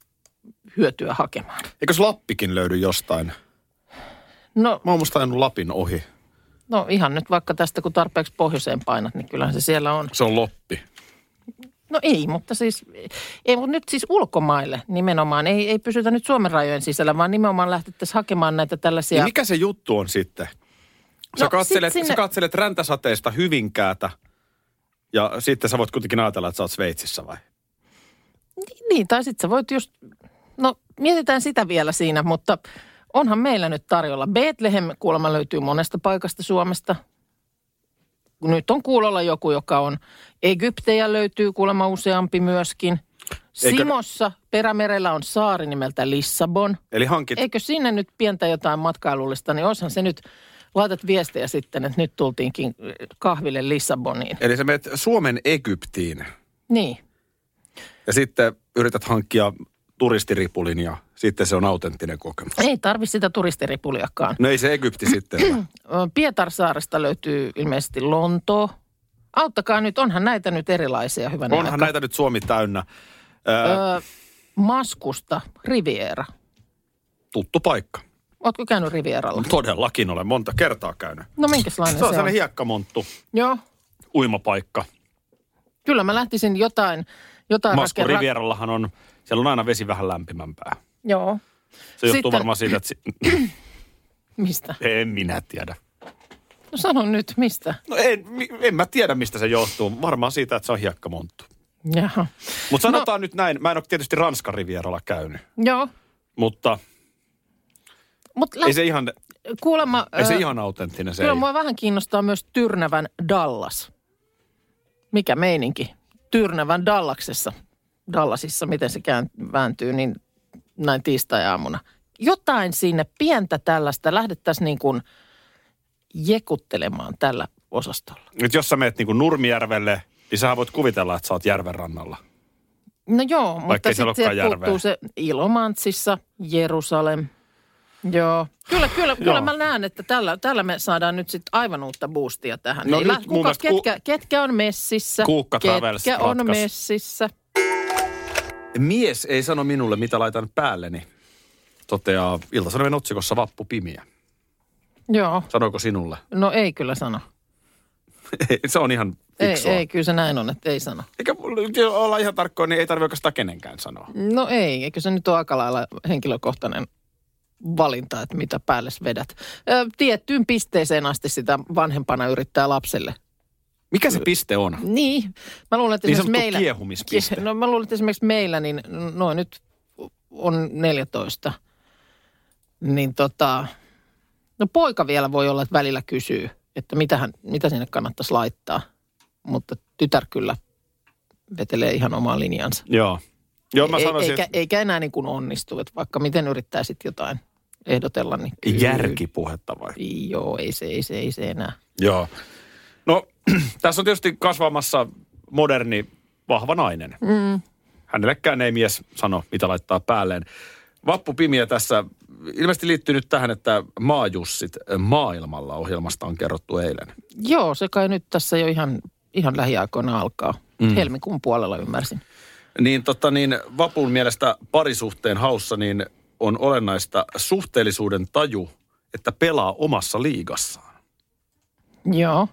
Speaker 4: hyötyä hakemaan.
Speaker 2: Eikös Lappikin löydy jostain?
Speaker 4: No,
Speaker 2: Mä oon musta ajanut Lapin ohi.
Speaker 4: no ihan nyt vaikka tästä, kun tarpeeksi pohjoiseen painat, niin kyllähän se siellä on.
Speaker 2: Se on Loppi.
Speaker 4: No ei, mutta siis, ei, mutta nyt siis ulkomaille nimenomaan. Ei, ei pysytä nyt Suomen rajojen sisällä, vaan nimenomaan lähtettäisiin hakemaan näitä tällaisia.
Speaker 2: Niin mikä se juttu on sitten? Sä,
Speaker 4: No,
Speaker 2: no, katselet,
Speaker 4: sit sinne-
Speaker 2: sinne... sä katselet räntäsateesta Hyvinkäätä ja sitten sä voit kuitenkin ajatella, että sä oot Sveitsissä vai?
Speaker 4: Niin, tai sitten sä voit just, no mietitään sitä vielä siinä, mutta onhan meillä nyt tarjolla. Bethlehem kuulemma löytyy monesta paikasta Suomesta. Nyt on kuulolla joku, joka on. Egyptejä löytyy kuulemma useampi myöskin.
Speaker 2: Eikö-
Speaker 4: Simossa perämerellä on saari nimeltä Lissabon.
Speaker 2: Eli hankit...
Speaker 4: Eikö sinne nyt pientä jotain matkailullista, niin olisihan se nyt, laitat viestejä sitten, että nyt tultiinkin kahville Lissaboniin.
Speaker 2: Eli sä menet Suomen Egyptiin
Speaker 4: Niin,
Speaker 2: ja sitten yrität hankkia turistiripulin ja sitten se on autenttinen kokemus.
Speaker 4: ei tarvi sitä turistiripuliakaan.
Speaker 2: No ei se Egypti sitten. ole.
Speaker 4: Ö, Pietarsaaresta löytyy ilmeisesti Lontoo. Auttakaa nyt, onhan näitä nyt erilaisia, hyvän
Speaker 2: Onhan näitä nyt Suomi täynnä. Öö,
Speaker 4: Ö, Maskusta, Riviera.
Speaker 2: tuttu paikka.
Speaker 4: Ootko käynyt Rivieralla?
Speaker 2: Todellakin olen monta kertaa käynyt.
Speaker 4: No minkälainen
Speaker 2: Se on
Speaker 4: se on?
Speaker 2: sellainen hiekkamonttu
Speaker 4: Joo,
Speaker 2: uimapaikka.
Speaker 4: kyllä mä lähtisin jotain, jotain
Speaker 2: Masku
Speaker 4: rakenna-
Speaker 2: Rivierallahan on, siellä on aina vesi vähän lämpimämpää.
Speaker 4: Joo,
Speaker 2: Se johtuu
Speaker 4: Sitten-
Speaker 2: varmaan siitä, että... Si-
Speaker 4: mistä?
Speaker 2: En minä tiedä.
Speaker 4: No sano nyt, mistä?
Speaker 2: No en, mi- en mä tiedä, mistä se johtuu. Varmaan siitä, että se on hiekkamonttu.
Speaker 4: Jaha.
Speaker 2: Mutta sanotaan no. nyt näin, mä en ole tietysti Ranskan rivieralla käynyt,
Speaker 4: Joo,
Speaker 2: mutta
Speaker 4: mutta
Speaker 2: ei se ihan,
Speaker 4: Kuulemma,
Speaker 2: ei se
Speaker 4: No. ö,
Speaker 2: ihan autenttinen se
Speaker 4: kyllä
Speaker 2: ei.
Speaker 4: mua vähän kiinnostaa myös Tyrnävän Dallas. Mikä meininki? Tyrnävän Dallaksessa, Dallasissa, miten se kään, vääntyy, niin näin tiistai-aamuna. Jotain siinä pientä tällaista lähdettäisiin niin kuin jekuttelemaan tällä osastolla.
Speaker 2: Nyt jos sä meet niinku Nurmijärvelle, niin sä voit kuvitella, että sä oot järven rannalla.
Speaker 4: No joo, mutta
Speaker 2: Vaikkei siellä
Speaker 4: sitten sieltä
Speaker 2: olekaan
Speaker 4: puuttuu se Ilomantsissa, Jerusalem. Joo. Kyllä, kyllä, kyllä
Speaker 2: Joo.
Speaker 4: mä näen, että tällä, tällä me saadaan nyt sitten aivan uutta boostia tähän.
Speaker 2: No
Speaker 4: Ei
Speaker 2: nyt
Speaker 4: lä-
Speaker 2: mun
Speaker 4: kuka,
Speaker 2: mielestä ku-
Speaker 4: ketkä, ketkä on messissä?
Speaker 2: Kuukka Travels
Speaker 4: Ketkä on
Speaker 2: ratkaisi.
Speaker 4: messissä?
Speaker 2: Mies ei sano minulle, mitä laitan päälleni, toteaa Ilta-Sanomien otsikossa Vappu Pimiä.
Speaker 4: Joo.
Speaker 2: Sanoiko sinulle?
Speaker 4: No ei kyllä sano.
Speaker 2: se on ihan
Speaker 4: Ei,
Speaker 2: fiksua.
Speaker 4: ei, kyllä se näin on, että ei sano.
Speaker 2: Eikä jos olla ihan tarkkoja, niin ei tarvitse oikeastaan kenenkään sanoa.
Speaker 4: No ei, eikö se nyt ole aika lailla henkilökohtainen valinta, että mitä päälle vedät. Ö, tiettyyn pisteeseen asti sitä vanhempana yrittää lapselle
Speaker 2: Mikä se piste on?
Speaker 4: Niin. Mä luulen, että
Speaker 2: Niin
Speaker 4: esimerkiksi
Speaker 2: sanottu
Speaker 4: meillä...
Speaker 2: kiehumispiste.
Speaker 4: No mä luulen, että esimerkiksi meillä, niin noin nyt on 14. Niin tota... No poika vielä voi olla, että välillä kysyy, että mitähän, mitä sinne kannattaisi laittaa. Mutta tytär kyllä vetelee ihan omaa linjansa.
Speaker 2: Joo. Joo, mä
Speaker 4: Ei-
Speaker 2: sanoisin,
Speaker 4: eikä,
Speaker 2: että
Speaker 4: eikä enää niin kuin onnistu, että vaikka miten yrittää sitten jotain ehdotella, niin kyllä-
Speaker 2: järkipuhetta vai?
Speaker 4: Joo, ei se, ei se, ei se enää.
Speaker 2: Joo. No, tässä on tietysti kasvamassa moderni, vahva nainen. Mm. Hänellekään ei mies sano, mitä laittaa päälleen. Vappu Pimiä tässä ilmeisesti liittyy nyt tähän, että maajussit maailmalla ohjelmasta on kerrottu eilen.
Speaker 4: Joo, se kai nyt tässä jo ihan, ihan lähiaikoina alkaa. Mm. Helmikuun puolella ymmärsin.
Speaker 2: Niin, totta, niin Vapun mielestä parisuhteen haussa niin on olennaista suhteellisuuden taju, että pelaa omassa liigassaan.
Speaker 4: Joo.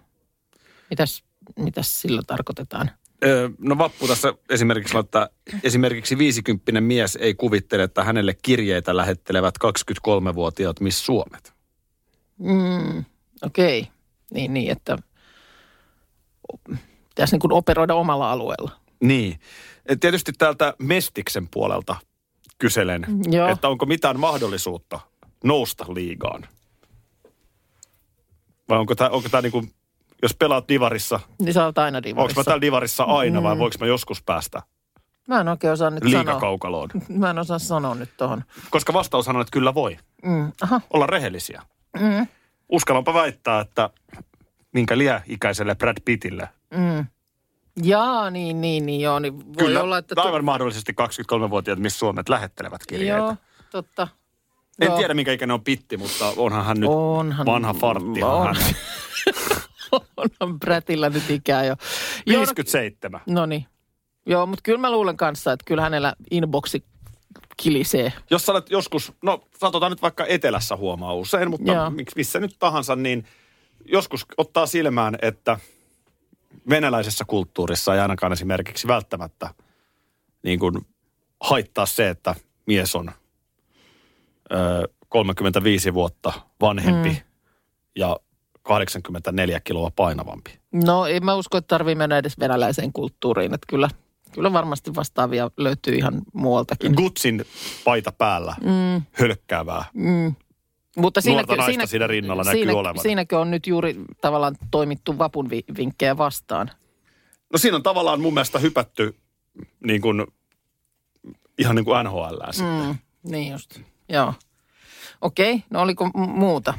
Speaker 4: Mitäs, mitäs sillä tarkoitetaan?
Speaker 2: Öö, No Vappu tässä esimerkiksi laittaa, esimerkiksi 50 mies ei kuvittele, että hänelle kirjeitä lähettelevät 23-vuotiaat Miss Suomet.
Speaker 4: Mm, Okei. Okay. Niin, niin, että o- pitäisi niin kuin operoida omalla alueella.
Speaker 2: Niin. Et Tietysti täältä Mestiksen puolelta kyselen,
Speaker 4: Joo.
Speaker 2: että onko mitään mahdollisuutta nousta liigaan. Vai onko tämä onko tää niinku jos pelaat divarissa,
Speaker 4: Niin sä oot aina
Speaker 2: onko mä
Speaker 4: divarissa.
Speaker 2: täällä divarissa aina vai voiko mä joskus päästä
Speaker 4: Mä en oikein osaa nyt sanoa.
Speaker 2: liikakaukaloon?
Speaker 4: Mä en osaa sanoa nyt tohon.
Speaker 2: Koska vastaushan on, että kyllä voi.
Speaker 4: Mm, aha,
Speaker 2: Olla rehellisiä. Mm. Uskallanpa väittää, että minkä liä ikäiselle Brad Pittille.
Speaker 4: mm. Jaa, niin, niin, niin, joo, niin voi
Speaker 2: kyllä,
Speaker 4: olla, että...
Speaker 2: aivan mahdollisesti 23-vuotiaat, missä Suomet lähettelevät kirjeitä.
Speaker 4: Joo, totta.
Speaker 2: En
Speaker 4: Joo.
Speaker 2: tiedä, minkä ikäinen on Pitti, mutta onhan hän nyt
Speaker 4: Onhan-
Speaker 2: vanha fartti.
Speaker 4: on.
Speaker 2: On. Hän.
Speaker 4: Onhan Brätillä nyt ikää jo. Joo, no-
Speaker 2: 57.
Speaker 4: No niin. Joo, mutta kyllä mä luulen kanssa, että kyllä hänellä inboxi kilisee.
Speaker 2: Jos sä olet joskus, no sanotaan nyt vaikka etelässä huomaa usein, mutta
Speaker 4: Joo.
Speaker 2: mik- missä nyt tahansa, niin joskus ottaa silmään, että venäläisessä kulttuurissa ei ainakaan esimerkiksi välttämättä niin kuin haittaa se, että mies on ö, 35 vuotta vanhempi mm. ja 84 kiloa painavampi.
Speaker 4: No ei mä usko, että tarvii mennä edes venäläiseen kulttuuriin. Että kyllä, kyllä varmasti vastaavia löytyy ihan muualtakin.
Speaker 2: Gutsin paita päällä, mm. hölkkäävää.
Speaker 4: Mutta
Speaker 2: Nuorta naista siinä rinnalla näkyy
Speaker 4: siinä,
Speaker 2: olevan.
Speaker 4: Siinäkö on nyt juuri tavallaan toimittu vapun vi- vinkkejä vastaan.
Speaker 2: No siinä on tavallaan mun mielestä hypätty niin kuin, ihan niin kuin NHL mm.
Speaker 4: Mm, niin just, joo. Okei, no oliko m- muuta?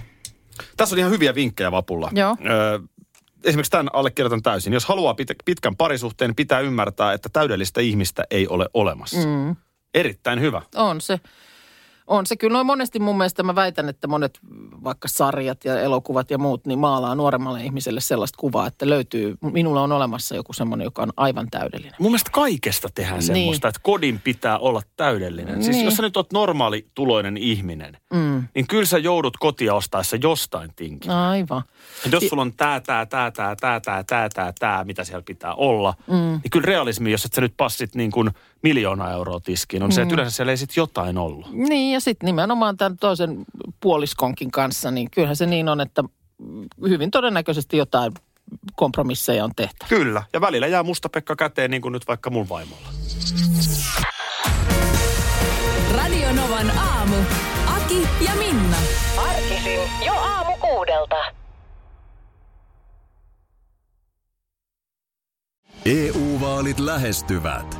Speaker 2: Tässä on ihan hyviä vinkkejä vapulla.
Speaker 4: Joo.
Speaker 2: Öö, esimerkiksi tämän allekirjoitan täysin. Jos haluaa pit- pitkän parisuhteen, niin pitää ymmärtää, että täydellistä ihmistä ei ole olemassa. Mm. Erittäin hyvä.
Speaker 4: On se. On se. Kyllä noin monesti mun mielestä mä väitän, että monet vaikka sarjat ja elokuvat ja muut, niin maalaa nuoremmalle ihmiselle sellaista kuvaa, että löytyy, minulla on olemassa joku semmoinen, joka on aivan täydellinen.
Speaker 2: Mun mielestä kaikesta tehdään
Speaker 4: Niin.
Speaker 2: semmoista, että kodin pitää olla täydellinen. Siis
Speaker 4: Niin.
Speaker 2: jos sä nyt oot normaali tuloinen ihminen, mm. niin kyllä sä joudut kotia ostaessa jostain tinkin.
Speaker 4: Aivan.
Speaker 2: Et Jos sulla on tää, tää, tää, tää, tää, tää, tää, tää, tää, mitä siellä pitää olla, mm. niin kyllä realismi, jos et sä nyt passit niin kuin miljoona euroa tiskiin, on mm. se, että yleensä siellä ei sit jotain ollut.
Speaker 4: Niin ja sitten nimenomaan tämän toisen puoliskonkin kanssa, niin kyllähän se niin on, että hyvin todennäköisesti jotain kompromisseja on tehtävä.
Speaker 2: Kyllä. Ja välillä jää musta Pekka käteen, niin kuin nyt vaikka mun vaimolla.
Speaker 1: Radio Novan aamu. Aki ja Minna.
Speaker 6: Arkisin jo aamu kuudelta.
Speaker 5: EU-vaalit E lähestyvät.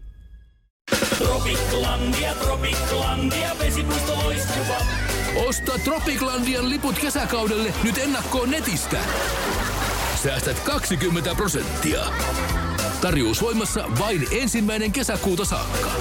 Speaker 7: Osta Tropiklandian liput kesäkaudelle nyt ennakkoon netistä. Säästät 20 prosenttia. Tarjous voimassa vain ensimmäinen kesäkuuta saakka.